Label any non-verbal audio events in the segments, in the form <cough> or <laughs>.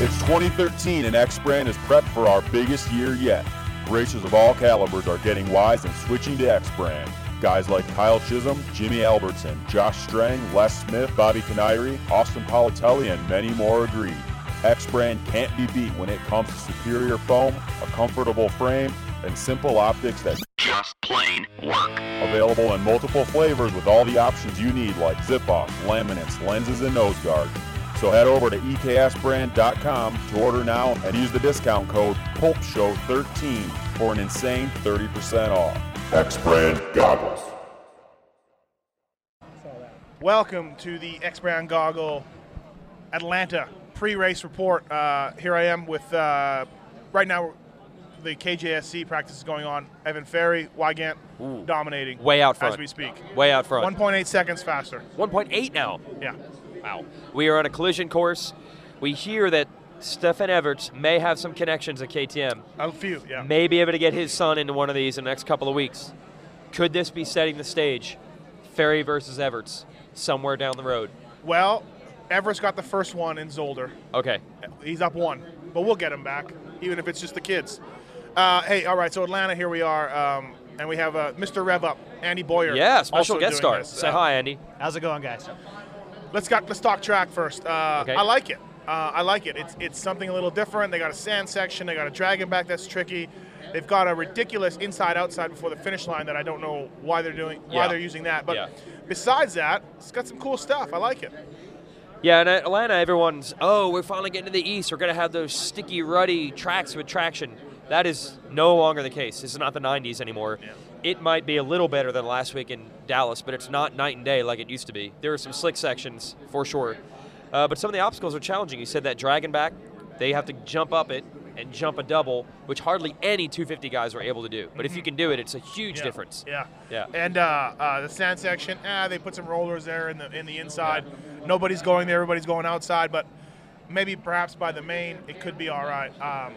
It's 2013 and X Brand is prepped for our biggest year yet. Racers of all calibers are getting wise and switching to X Brand. Guys like Kyle Chisholm, Jimmy Albertson, Josh Strang, Les Smith, Bobby Canary, Austin Politelli, and many more agree. X Brand can't be beat when it comes to superior foam, a comfortable frame, and simple optics that just plain work. Available in multiple flavors with all the options you need like zip-off, laminates, lenses, and nose guard. So head over to E eksbrand.com to order now and use the discount code PulpShow13 for an insane 30% off. X Brand Goggles. Welcome to the X Brown Goggle Atlanta pre-race report. Uh, here I am with uh, right now the KJSC practice is going on. Evan Ferry, Wygant, dominating Way out front. as we speak. Way out front. 1.8 seconds faster. 1.8 now. Yeah, Wow. We are on a collision course. We hear that Stefan Everts may have some connections at KTM, a few. Yeah, may be able to get his son into one of these in the next couple of weeks. Could this be setting the stage? Ferry versus Everts somewhere down the road. Well, Everest got the first one in Zolder. Okay. He's up one, but we'll get him back, even if it's just the kids. Uh, hey, all right, so Atlanta, here we are, um, and we have uh, Mr. Rev Up, Andy Boyer. Yeah, special also doing guest star. this. Say Uh, hi, Andy. How's it going, guys? Let's got let's talk track first. Uh, Okay. I like it. Uh, I like it. It's it's something a little different. They got a sand section. They got a dragon back that's tricky. They've got a ridiculous inside outside before the finish line that I don't know why they're doing why Yeah. they're using that. But Yeah. besides that, it's got some cool stuff. I like it. Yeah, in Atlanta, everyone's, oh, we're finally getting to the East. We're going to have those sticky, ruddy tracks with traction. That is no longer the case. This is not the 90s anymore. It might be a little better than last week in Dallas, but it's not night and day like it used to be. There are some slick sections, for sure. Uh, but some of the obstacles are challenging. You said that dragon back, they have to jump up it and jump a double, which hardly any 250 guys are able to do. But if you can do it, it's a huge Mm-hmm. Yeah. difference. Yeah. Yeah. And uh, uh, the sand section, ah, they put some rollers there in the in the inside. Nobody's going there. Everybody's going outside. But maybe perhaps by the main, it could be all right. Um,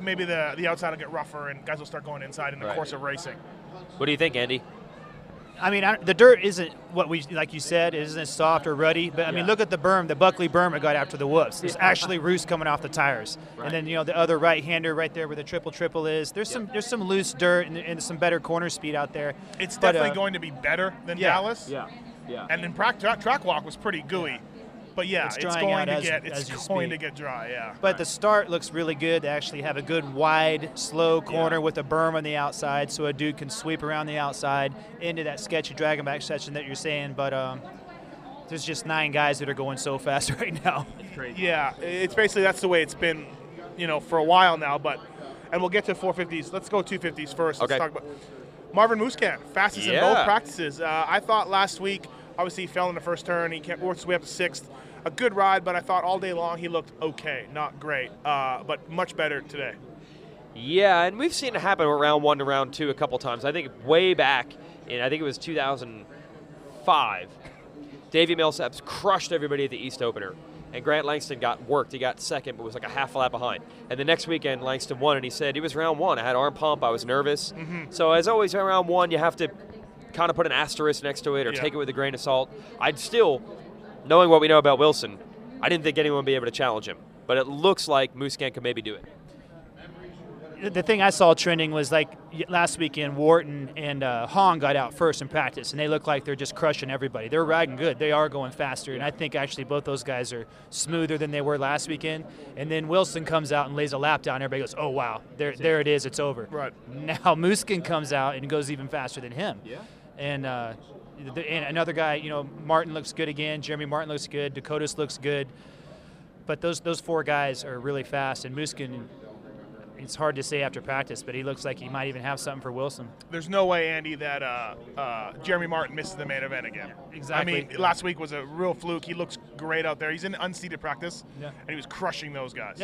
maybe the the outside will get rougher and guys will start going inside in the Right. course of racing. What do you think, Andy? I mean, I, the dirt isn't what we like. You said it isn't soft or ruddy, but I mean, Yeah. look at the berm, the Buckley berm it got after the whoops. There's actually roost coming off the tires, Right. and then you know the other right-hander right there where the triple triple is. There's some there's some loose dirt and, and some better corner speed out there. It's But, definitely uh, going to be better than yeah, Dallas. Yeah. Yeah. And in prac- tra- track walk was pretty gooey. But yeah, It's it's, drying going out to as- get as you it's going to speak. get dry. Yeah. But the start looks really good. They actually have a good wide, slow corner with a berm on the outside, so a dude can sweep around the outside into that sketchy dragon back section that you're saying. But um, there's just nine guys that are going so fast <laughs> right now. Yeah, it's basically that's the way it's been, you know, for a while now. But and we'll get to 450s. Let's go 250s first. Okay. Let's talk about Marvin Muscat, fastest in Yeah. both practices. Uh, I thought last week, obviously he fell in the first turn. He kept, worked his way up to sixth. A good ride, but I thought all day long he looked okay, not great, uh, but much better today. Yeah, and we've seen it happen round one to round two a couple times. I think way back in, I think it was 2005, Davey Millsaps crushed everybody at the East opener. And Grant Langston got worked. He got second, but was like a half lap behind. And the next weekend, Langston won, and he said, It was round one. I had arm pump. I was nervous. So, as always, in round one, you have to kind of put an asterisk next to it or Yeah. take it with a grain of salt. I'd still, knowing what we know about Wilson, I didn't think anyone would be able to challenge him. But it looks like Muskan could maybe do it. the thing I saw trending was like y- last weekend, Wharton and uh, Hong got out first in practice, and they look like they're just crushing everybody. They're riding good. They are going faster, and I think actually both those guys are smoother than they were last weekend. And then Wilson comes out and lays a lap down. Everybody goes, "Oh wow, there, there it is. It's over." Right. now, Muskin comes out and goes even faster than him. Yeah. And uh, the, and another guy, you know, Martin looks good again. Jeremy Martin looks good. Dakotas looks good. But those those four guys are really fast, and Muskin it's hard to say after practice, but he looks like he might even have something for Wilson. There's no way, Andy, that uh, uh, Jeremy Martin misses the main event again. exactly. I mean, last week was a real fluke. He looks great out there. He's in unseated practice, Yeah. and he was crushing those guys.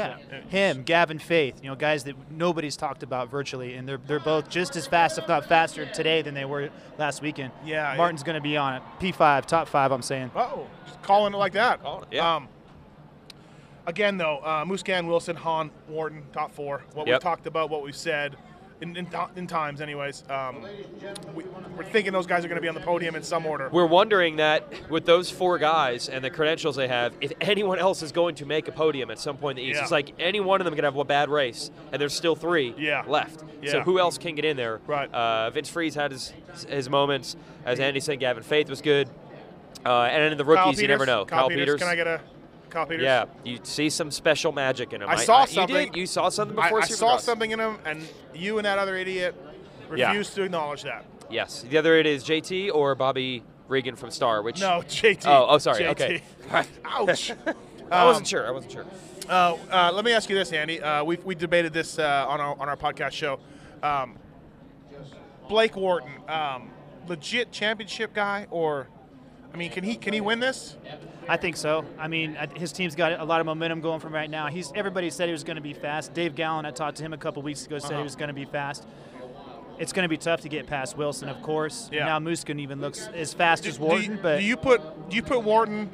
Him, Gavin Faith, you know, guys that nobody's talked about virtually, and they're, they're both just as fast, if not faster, today than they were last weekend. Yeah, yeah. Martin's going to be on it. P5, top five, I'm saying. Oh, just calling it like that. Calling it, yeah. Um, again, though, uh, Muscan, Wilson, Hahn, Warden, top four. What Yep. we've talked about, what we've said. in, in, to- in times, anyways. Um, we, we're thinking those guys are going to be on the podium in some order. We're wondering that with those four guys and the credentials they have, if anyone else is going to make a podium at some point in the East. Yeah. It's like any one of them could have a bad race, and there's still three Yeah. left. So Yeah. who else can get in there? Right. Uh, Vince Freeze had his his moments. As Andy said, Gavin Faith was good. Uh, and in the rookies, Kyle you never Peters, know. Kyle, Peters. Can I get a Kyle Peters? Yeah, you see some special magic in him. Uh, I saw You something. did. You saw something I, before. I saw Supercross. something in him, and you and that other idiot Yeah. refused to acknowledge that. Yes. The other it is JT or Bobby Regan from Star. Which No, <laughs> JT. Oh, oh, sorry. JT. Okay. Right. <laughs> Ouch. <laughs> I Um, wasn't sure. I wasn't sure. Uh, uh, let me ask you this, Andy. Uh, we we debated this uh, on our on our podcast show. Um, Blake Wharton, um, legit championship guy, or I mean, can he can he win this? I think so. I mean, I- his team's got a lot of momentum going from right now. He's everybody said he was going to be fast. Dave Gallen, I talked to him a couple weeks ago, said Uh-huh. he was going to be fast. It's going to be tough to get past Wilson, of course. Yeah. Now Muskin even looks as fast Do- as do Wharton, you- but do you put do you put Wharton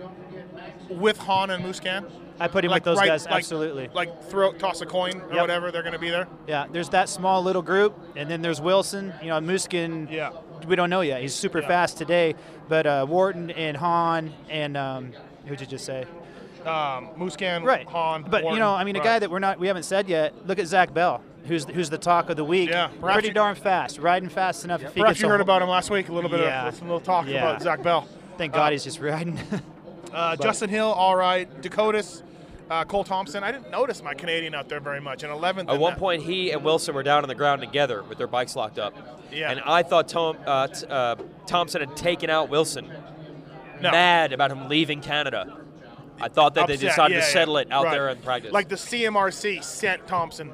with Han and Muscan? I put him with those right- guys like- absolutely. Like throw toss a coin or Yep. whatever. They're going to be there. yeah, there's that small little group, and then there's Wilson. You know, Muskin. Yeah. We don't know yet. He's super Yeah. fast today, but uh, Wharton and Hahn and um, who'd you just say? Um, Muscan, right. Han. But you Wharton, know, I mean, a right. guy that we're not, we haven't said yet. Look at Zach Bell, who's who's the talk of the week. Yeah, perhaps pretty you- darn fast, riding fast enough. If he Perhaps gets you a heard hol- about him last week. A little bit Yeah. of a little talk Yeah. about Zach Bell. Thank God he's just riding. <laughs> Uh, Justin Hill, all right. Dakotas, uh, Cole Thompson. I didn't notice my Canadian out there very much. And 11th. At in one that- point, he and Wilson were down on the ground together with their bikes locked up. Yeah. And I thought Tom, uh, t- uh, Thompson had taken out Wilson. No. Mad about him leaving Canada. I thought that they Upset, decided yeah, to yeah, settle it out right. there in practice. Like the CMRC sent Thompson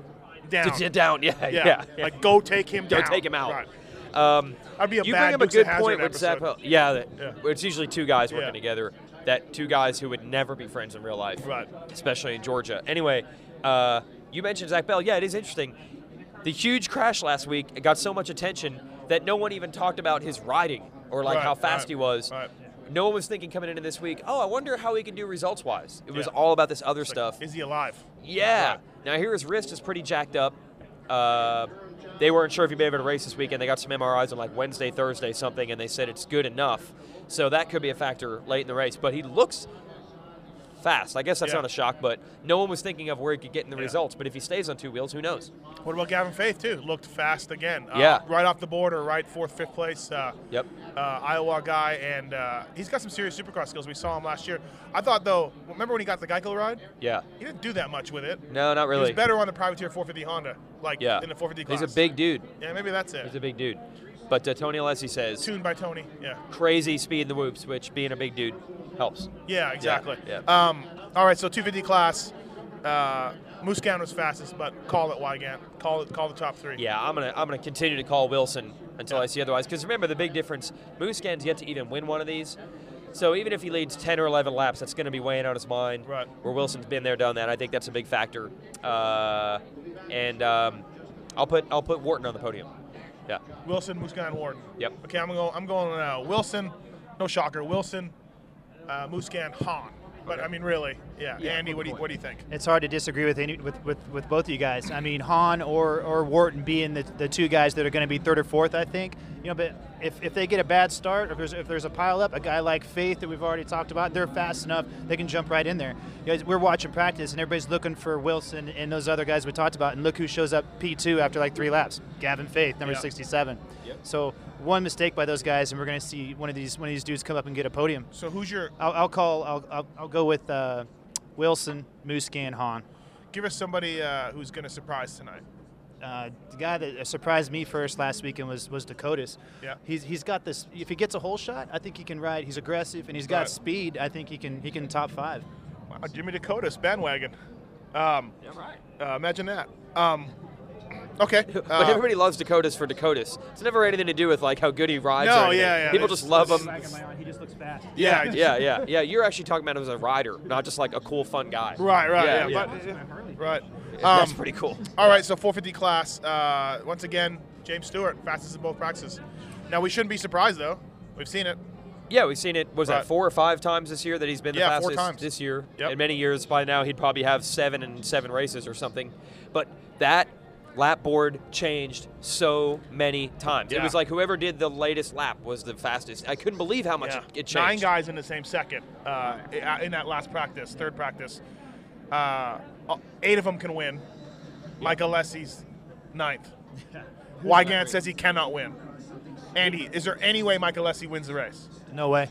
down. To- to down, <laughs> yeah, yeah. Like go take him Go down. take him out. Right. Um, That'd be a you bad bring up a Dukes of good Hazzard point with Zach. episode. Bell. Yeah, that, Yeah. where it's usually two guys working Yeah. together. That two guys who would never be friends in real life, Right. Especially in Georgia. Anyway, uh, you mentioned Zach Bell. Yeah, it is interesting. The huge crash last week it got so much attention that no one even talked about his riding or like Right, how fast right, he was. right. No one was thinking coming into this week. Oh, I wonder how he can do results wise. It was Yeah. all about this other It's like, stuff. Is he alive? Yeah. Right. Now here his wrist is pretty jacked up. Uh, they weren't sure if he'd be able to race this weekend. They got some MRIs on like Wednesday, Thursday, something, and they said it's good enough. So that could be a factor late in the race. But he looks fast. I guess that's Yeah. not a shock, but no one was thinking of where he could get in the Yeah. results. But if he stays on two wheels, who knows? What about Gavin Faith too? Looked fast again. Uh, Yeah. Right off the border, right fourth, fifth place. Uh, Yep. Uh, Iowa guy, and uh, he's got some serious supercross skills. We saw him last year. I thought though, remember when he got the Geico ride? Yeah. He didn't do that much with it. No, not really. He's better on the privateer 450 Honda, like yeah. in the 450 class. He's a big dude. Yeah, maybe that's He's it. a big dude. But uh, Tony Alessi says Tuned by Tony. Yeah. crazy speed in the whoops, which being a big dude helps. Yeah, exactly. yeah. Um, all right, so 250 class. Uh, Muscan was fastest, but call it Wygant. Call it. Call the top three. Yeah, I'm gonna I'm gonna continue to call Wilson until I see otherwise. Because remember the big difference: Muscan's yet to even win one of these. So even if he leads 10 or 11 laps, that's going to be weighing on his mind. Right. Where Wilson's been there, done that. I think that's a big factor. Uh, and um, I'll put I'll put Wharton on the podium. Yeah. Wilson, Muscan, Warden. Yep. Okay, I'm going. I'm going. Uh, Wilson. No shocker. Wilson, uh, Muscan, Han. But I mean, really, yeah. Yeah, Andy, good what do you, point. what do you think? it's hard to disagree with any with, with, with both of you guys. I mean, Hahn or or Wharton being the, the two guys that are going to be third or fourth, I think. You know, but if, if they get a bad start, or if there's if there's a pile up, a guy like Faith that we've already talked about, they're fast enough, they can jump right in there. You guys, we're watching practice, and everybody's looking for Wilson and those other guys we talked about, and look who shows up P two after like three laps, Gavin Faith, number Yeah. sixty seven. So one mistake by those guys, and we're going to see one of these one of these dudes come up and get a podium. So who's your? I'll, I'll call. I'll, I'll, I'll go with uh, Wilson, Muscan, Hahn. Give us somebody uh, who's going to surprise tonight. Uh, the guy that surprised me first last weekend was was Dakotas. Yeah. He's he's got this. If he gets a whole shot, I think he can ride. He's aggressive and he's got Right. speed. I think he can he can top five. Wow, Jimmy Dakota's bandwagon. Um, yeah, right. Uh, imagine that. Um, okay. <laughs> But uh, everybody loves Dakotas for Dakotas. It's never anything to do with like how good he rides. No, or anything. yeah, yeah. People It's- just love him. He just looks fast. yeah, yeah, Yeah, yeah, yeah. You're actually talking about him as a rider, not just like a cool, fun guy. <laughs> Right, right, yeah. Yeah, But, right. Um, That's pretty cool. All right, so 450 class. Uh, once again, James Stewart, fastest in both practices. Now, we shouldn't be surprised, though. We've seen it. Yeah, we've seen it. Was Right. that four or five times this year that he's been the Yeah, four fastest times. this year? Yep. In many years, by now he'd probably have seven and seven races or something. But that lap board changed so many times. It Yeah. was like whoever did the latest lap was the fastest. I couldn't believe how much Yeah. it changed. Nine guys in the same second uh, i- in that last practice, third practice. Uh, eight of them can win. Mike Alessi's ninth. Wygant says he cannot win. Andy, is there any way Mike Alessi wins the race? No way.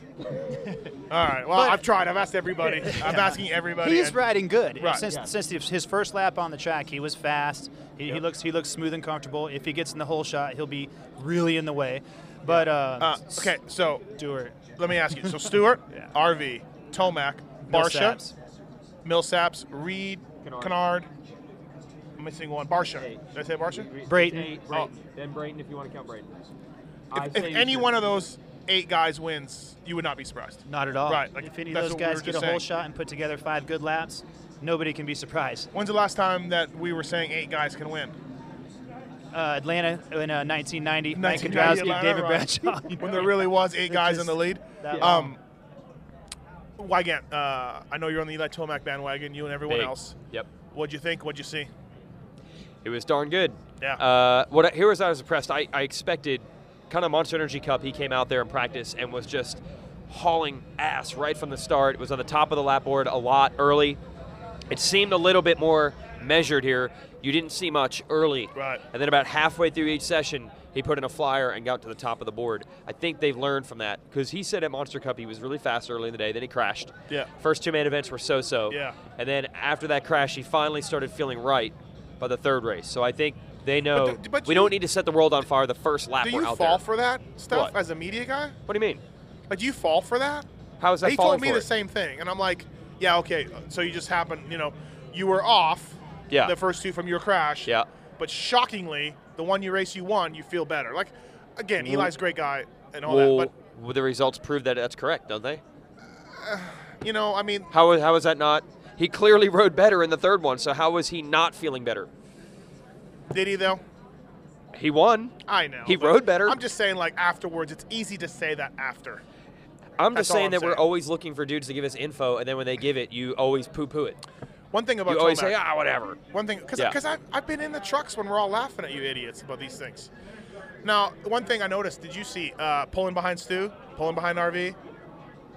All right. Well, But- I've tried. I've asked everybody. I'm asking everybody. He's and- riding good. Right. Since Yeah. since the- his first lap on the track, he was fast. He, he looks he looks smooth and comfortable. If he gets in the hole shot, he'll be really in the way. But uh, Uh, okay, so Stewart, let me ask you. So Stewart, Yeah. RV, Tomac, Barsha, Millsaps. Millsaps, Reed, Kennard. Kennard. I'm missing one. Barsha. Did I say Barsha? Brayton. Brayton. Then Brayton, if you want to count Brayton. Oh. If any one of those eight guys wins, you would not be surprised. Not at all. Right, like, if any of that's those what we guys were get a just hole saying. shot and put together five good laps, nobody can be surprised. When's the last time that we were saying eight guys can win? Uh, Atlanta in uh, 1990, Mike 1990 Kondrowski, Atlanta, David <laughs> right. Bradshaw. you When know? there really was eight It guys in just- the lead. that Um, Wygant, uh, I know you're on the Eli Tomac bandwagon, you and everyone else. Yep. What'd you think? What'd you see? It was darn good. Yeah. Uh, what I, here was I was impressed. I, I expected kind of Monster Energy Cup. He came out there in practice and was just hauling ass right from the start. It was on the top of the lap board a lot early. It seemed a little bit more measured here. You didn't see much early. Right. And then about halfway through each session, he put in a flyer and got to the top of the board. I think they've learned from that because he said at Monster Cup he was really fast early in the day, then he crashed. Yeah. First two main events were so so. Yeah. And then after that crash, he finally started feeling right by the third race. So I think they know But the- but we you- don't need to set the world on fire the first lap Do we're you out fall there. for that stuff What? as a media guy? what do you mean? Like, do you fall for that? How is that he falling told me for the it? same thing, and I'm like, yeah, okay. So you just happened, you know, you were off. Yeah. The first two from your crash. Yeah. But shockingly, the one you race you won, you feel better. Like, again, Eli's a great guy and all Mm-hmm. well, that, well, the results prove that that's correct, don't they? but you know, I mean, How how is that not? He clearly <laughs> rode better in the third one, so how was he not feeling better? did he though? He won. I know. He but rode better. I'm just saying, like afterwards, it's easy to say that after. I'm That's just all saying I'm that we're saying. always looking for dudes to give us info, and then when they give it, you always poo-poo it. One thing about You always Tomac- say, ah, whatever. One thing, because Yeah. because I've, I've been in the trucks when we're all laughing at you idiots about these things. Now, one thing I noticed, did you see uh, pulling behind Stu, pulling behind RV,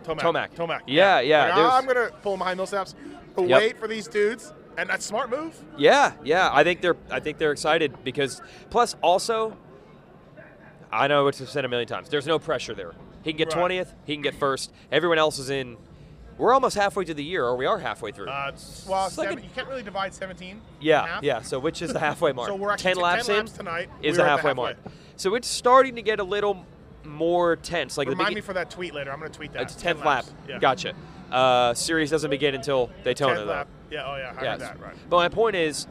Tomac, Tomac. Tomac? Yeah, yeah, Like, there's- I'm gonna pull him behind Millsaps, but Yep. wait for these dudes, and that's a smart move. Yeah, yeah. I think they're I think they're excited because plus also I know it's said a million times. There's no pressure there. He can get Right. twentieth, he can get first. Everyone else is in we're almost halfway through the year, or we are halfway through. Uh, it's- well, It's like seven, a- you can't really divide 17. in yeah, half. yeah. So which is <laughs> the halfway mark? So we're actually ten t- laps 10 in laps tonight. is We the were at halfway, the mark. halfway. So it's starting to get a little more tense. Like Remind the me begin- for that tweet later. I'm gonna tweet that. it's tenth 10 lap. laps. Yeah. Gotcha. Uh, series doesn't begin until Daytona 10 though. lap. Yeah. Oh yeah. I Yeah, heard that. Right. But my point is,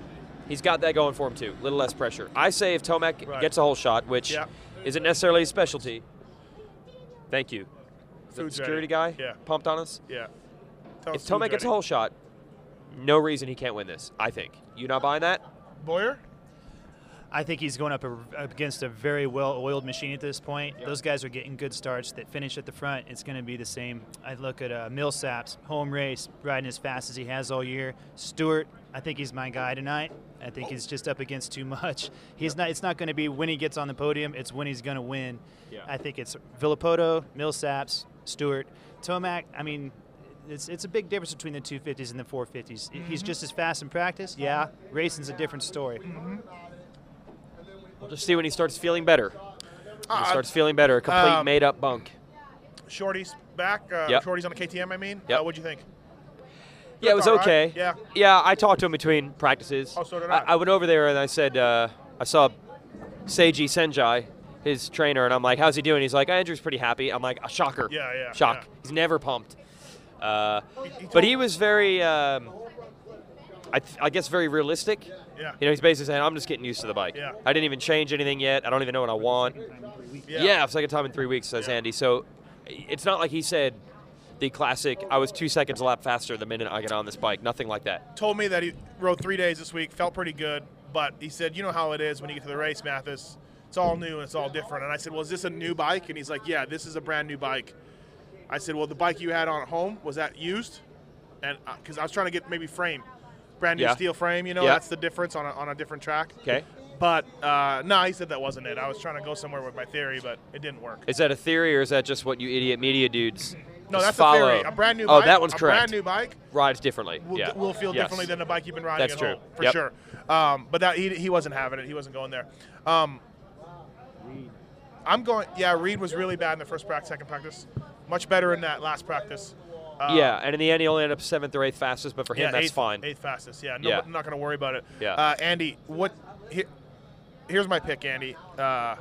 he's got that going for him too. A little less pressure. I say if Tomac Right. gets a whole shot, which Yeah. isn't necessarily his specialty. Thank you. Is that The Food's security ready. guy Yeah. pumped on us. Yeah. Tell If us who's Tomac gets a ready. whole shot, no reason he can't win this. I think. You not buying that? Boyer. I think he's going up a- against a very well-oiled machine at this point. Those guys are getting good starts that finish at the front. It's going to be the same. I look at uh, Millsaps, home race, riding as fast as he has all year. Stewart, I think he's my guy tonight. I think he's just up against too much. He's not. It's not going to be when he gets on the podium. It's when he's going to win. Yeah. I think it's Villapoto, Millsaps, Stewart, Tomac. I mean. It's, it's a big difference between the 250s and the 450s. He's just as fast in practice. Yeah, racing's a different story. We'll just see when he starts feeling better. When Uh, he starts feeling better. A complete um, made-up bunk. Shorty's back. Uh, Yep. Shorty's on the KTM. I mean. Yep. Uh, what'd you think? Yeah, it was all right. okay. Yeah. Yeah, I talked to him between practices. Oh, so did I. I went over there and I said, uh, I saw Seiji Senjai, his trainer, and I'm like, how's he doing? He's like, Andrew's pretty happy. I'm like, a shocker. Yeah, yeah, Shock. yeah. He's never pumped. Uh, he but told- he was very, um, I, th- I guess, very realistic. Yeah. You know, he's basically saying, I'm just getting used to the bike. Yeah. I didn't even change anything yet. I don't even know what I want. Yeah, it's like a time in three weeks, says Andy. So it's not like he said the classic, I was two seconds a lap faster the minute I got on this bike. Nothing like that. Told me that he rode three days this week. Felt pretty good, but he said, you know how it is when you get to the race, Mathis. It's all new and it's all different. And I said, well, is this a new bike? And he's like, yeah, this is a brand new bike. I said, well, the bike you had on at home was that used? And uh, because I was trying to get maybe frame, brand new Yeah. steel frame. You know, Yeah. that's the difference on a, on a different track. Okay. But uh, no, he said that wasn't it. I was trying to go somewhere with my theory, but it didn't work. Is that a theory or is that just what you idiot media dudes No, just that's follow? a theory. A brand new. Oh, bike, that one's a correct. Brand new bike Rides differently. will, yeah. will feel Yes. differently than the bike you've been riding That's at true. home for Yep. sure. Um, but that he, he wasn't having it. He wasn't going there. Um, I'm going. Yeah, Reed was really bad in the first practice, second practice. Much better in that last practice. Uh, yeah, and in the end, he only ended up seventh or eighth fastest, but for him, yeah, that's eighth, fine. Eighth fastest. Yeah, no, Yeah. I'm not going to worry about it. Yeah. Uh, Andy, what? Here, here's my pick, Andy. Uh,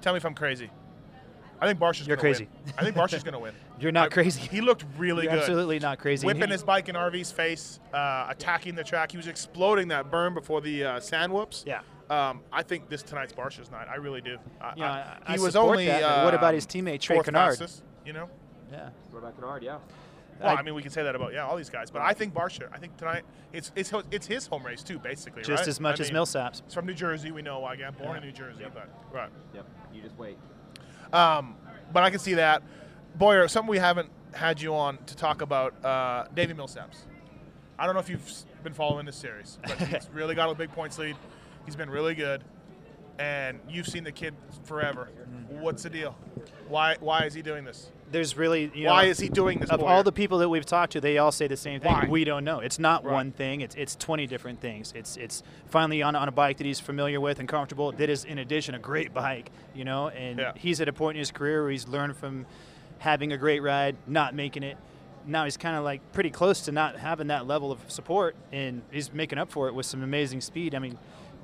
tell me if I'm crazy. I think Barsha's You're gonna crazy. Win. I think <laughs> Barsha's going to win. You're not I- crazy. <laughs> He looked really You're good. absolutely not crazy. Whipping He- his bike in RV's face, uh, attacking the track. He was exploding that berm before the uh, sand whoops. Yeah. Um, I you know, I think this tonight's Barsha's night. I really do. I, You know, I- I support that, but what about his teammate, Trey uh, fourth Kennard? fastest, you know. Yeah. yeah. Well, I- I mean, we can say that about yeah, all these guys, but I think Barsha. I think tonight it's it's ho- it's his home race too, basically. Just right? as much I as mean, Millsaps. He's from New Jersey. We know why. Yeah, born in Yeah. New Jersey, but right. Yep. You just wait. Um, but I can see that. Boyer, something we haven't had you on to talk about, uh, Davey Millsaps. I don't know if you've s- been following this series, <laughs> but he's really got a big points lead. He's been really good, and you've seen the kid forever. Mm-hmm. What's the deal? Why why is he doing this? There's really you why know, is he doing this? of Boyer? all the people that we've talked to, they all say the same thing. Why? We don't know. It's not Right. one thing. It's it's 20 different things. It's it's finally on, on a bike that he's familiar with and comfortable. That is, in addition, a great bike. You know, and Yeah. he's at a point in his career where he's learned from having a great ride, not making it. Now he's kind of like pretty close to not having that level of support, and he's making up for it with some amazing speed. I mean.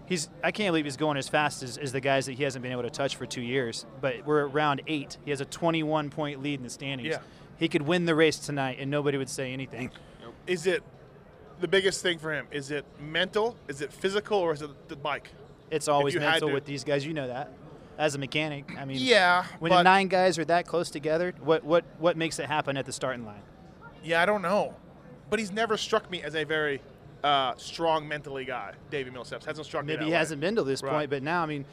He's, I can't believe he's going as fast as, as the guys that he hasn't been able to touch for two years. But we're at round eight. He has a 21 point lead in the standings. Yeah. He could win the race tonight and nobody would say anything. is it the biggest thing for him? Is it mental? Is it physical? Or is it the bike? It's always you had mental to- with these guys. You know that. As a mechanic, I mean, Yeah, When but- the nine guys are that close together, what what what makes it happen at the starting line? Yeah, I don't know. But he's never struck me as a very uh, strong mentally guy. Davey Millsaps hasn't struck me. Maybe that he way. hasn't been to this Right. point, but now I mean,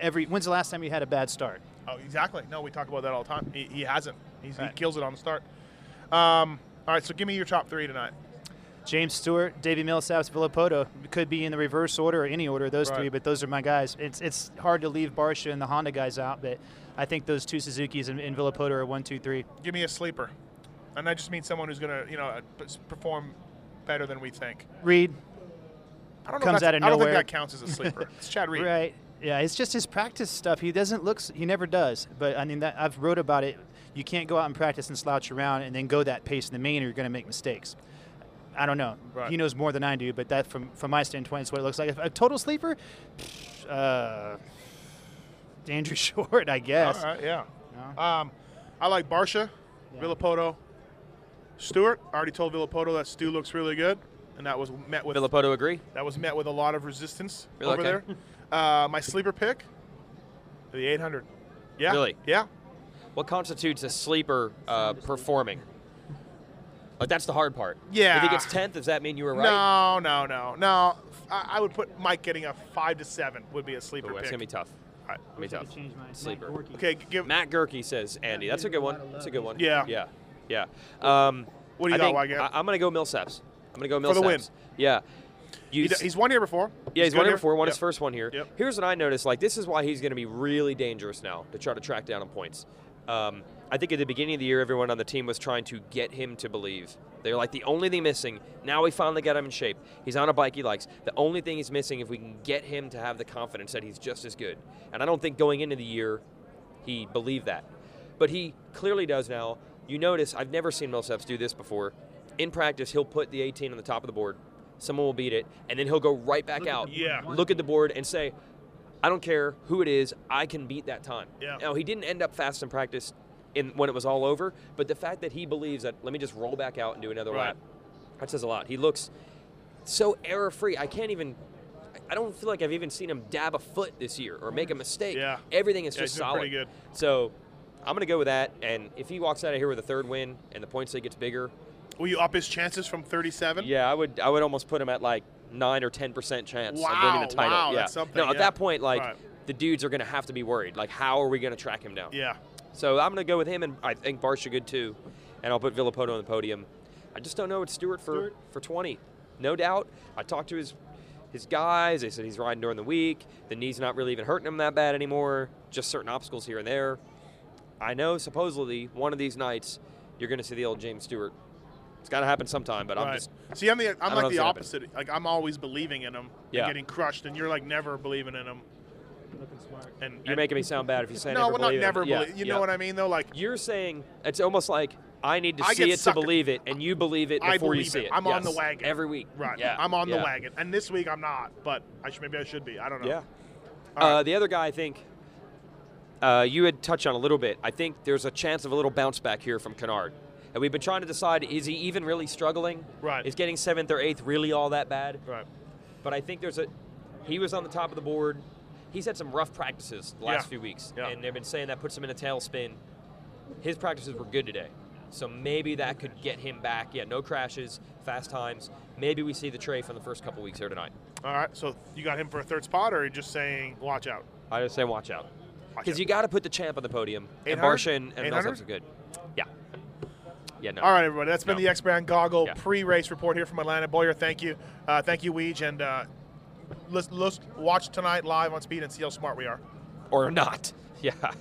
every when's the last time you had a bad start? Oh, exactly. No, we talk about that all the time. He, he hasn't. He's, Right. He kills it on the start. Um, all right, so give me your top three tonight. James Stewart, Davey Millsaps, Villapoto could be in the reverse order or any order. Those Right. three, but those are my guys. It's it's hard to leave Barsha and the Honda guys out, but I think those two Suzuki's and, and Villapoto are one, two, three. Give me a sleeper, and I just mean someone who's gonna, you know, uh, p- perform better than we think. Reed, I don't know. Comes if that's, out of I don't nowhere. think that counts as a sleeper. <laughs> it's Chad Reed. Right. Yeah, it's just his practice stuff. He doesn't look. s- He never does. But I mean, that I've wrote about it. You can't go out and practice and slouch around and then go that pace in the main, or you're going to make mistakes. I don't know. Right. He knows more than I do, but that from from my standpoint is what it looks like. If A total sleeper, uh, Andrew <laughs> Short, I All guess. right. Yeah. No? Um, I like Barsha, Villapoto, Stewart. I already told Villapoto that Stu looks really good, and that was met with Villapoto agree? that was met with a lot of resistance Really? over Okay. there. Uh, my sleeper pick, the 800. Yeah. Really? Yeah. What constitutes a sleeper uh, performing? Like, that's the hard part. If Yeah. he gets 10th, does that mean you were right? No, no, no, no. I, I would put Mike getting a five to seven would be a Ooh, sleeper that's pick. going to be tough. All right. Gonna be tough. Sleeper. Okay, g- give. Matt Gerke says Andy. That's a good one. That's a good one. Yeah. Yeah. Yeah. Um, What do you I got, think- Wygant? I, am gonna go Millsaps. I'm gonna go Millsaps. For the win. Yeah. he You, d- s- he's won here before. yeah, he's good won here here. before. Won Yep. his first one here. Yep. Here's what I noticed. Like this is why he's gonna be really dangerous now to try to track down on points. Um, I think at the beginning of the year, everyone on the team was trying to get him to believe. They're like the only thing missing. Now we finally got him in shape. He's on a bike he likes. The only thing he's missing, if we can get him to have the confidence that he's just as good. And I don't think going into the year, he believed that. But he clearly does now. You notice, I've never seen Millsaps do this before. In practice, he'll put the 18 on the top of the board. Someone will beat it, and then he'll go right back out. Yeah. Look at the board and say, "I don't care who it is. I can beat that time." Yeah. Now he didn't end up fast in practice, in when it was all over. But the fact that he believes that, let me just roll back out and do another Right. lap, that says a lot. He looks so error-free. I can't even. I don't feel like I've even seen him dab a foot this year or make a mistake. Yeah. Everything is Yeah, just he's been solid. pretty good. So I'm going to go with that. And if he walks out of here with a third win and the points lead gets bigger, Will you up his chances from 37? yeah, I would I would almost put him at like nine or ten percent chance of winning Wow, the title. wow, yeah. that's something, no, at yeah. that point, like Right. the dudes are going to have to be worried. Like, how are we going to track him down? Yeah. So I'm going to go with him, and I think Barsha good too, and I'll put Villapoto on the podium. I just don't know it's Stewart for for 20, no doubt. I talked to his his guys. They said he's riding during the week. The knee's not really even hurting him that bad anymore. Just certain obstacles here and there. I know supposedly one of these nights you're going to see the old James Stewart. It's got to happen sometime, but I'm Right. just See, I'm the don't I'm know like if the it's happened. opposite. Like I'm always believing in him, Yeah. and getting crushed, and you're like never believing in him. Looking smart. And you're and- making me sound bad if you say no, never well, not believe it. never Yeah, believe. You yeah. know what I mean, though. Like You're saying it's almost like I need to I see get it sucker- to believe it, and you believe it I before you believe see it. it. I'm on Yes. the wagon. every week. right, Yeah, I'm on the yeah, wagon, and this week I'm not. But I should maybe I should be. I don't know. Yeah. All Uh, the other guy, I think uh, you had touched on a little bit. I think there's a chance of a little bounce back here from Kennard. And we've been trying to decide is he even really struggling? Right. Is getting seventh or eighth really all that bad? Right. But I think there's a. He was on the top of the board. He's had some rough practices the last Yeah. few weeks, Yeah. and they've been saying that puts him in a tailspin. His practices were good today, so maybe that could get him back. Yeah, no crashes, fast times. Maybe we see the tray from the first couple weeks here tonight. All right. So you got him for a third spot, or are you just saying watch out? I just say watch out Watch because out. you got to put the champ on the podium. And 800? Marsha and, and 800? Millsaps are good. Yeah, yeah, no. All right, everybody. That's been No. the X Brand Goggle Yeah. pre-race report here from Atlanta. Boyer, thank you, uh, thank you, Weege, and uh, let's, let's watch tonight live on Speed and see how smart we are. or not. <laughs> Yeah.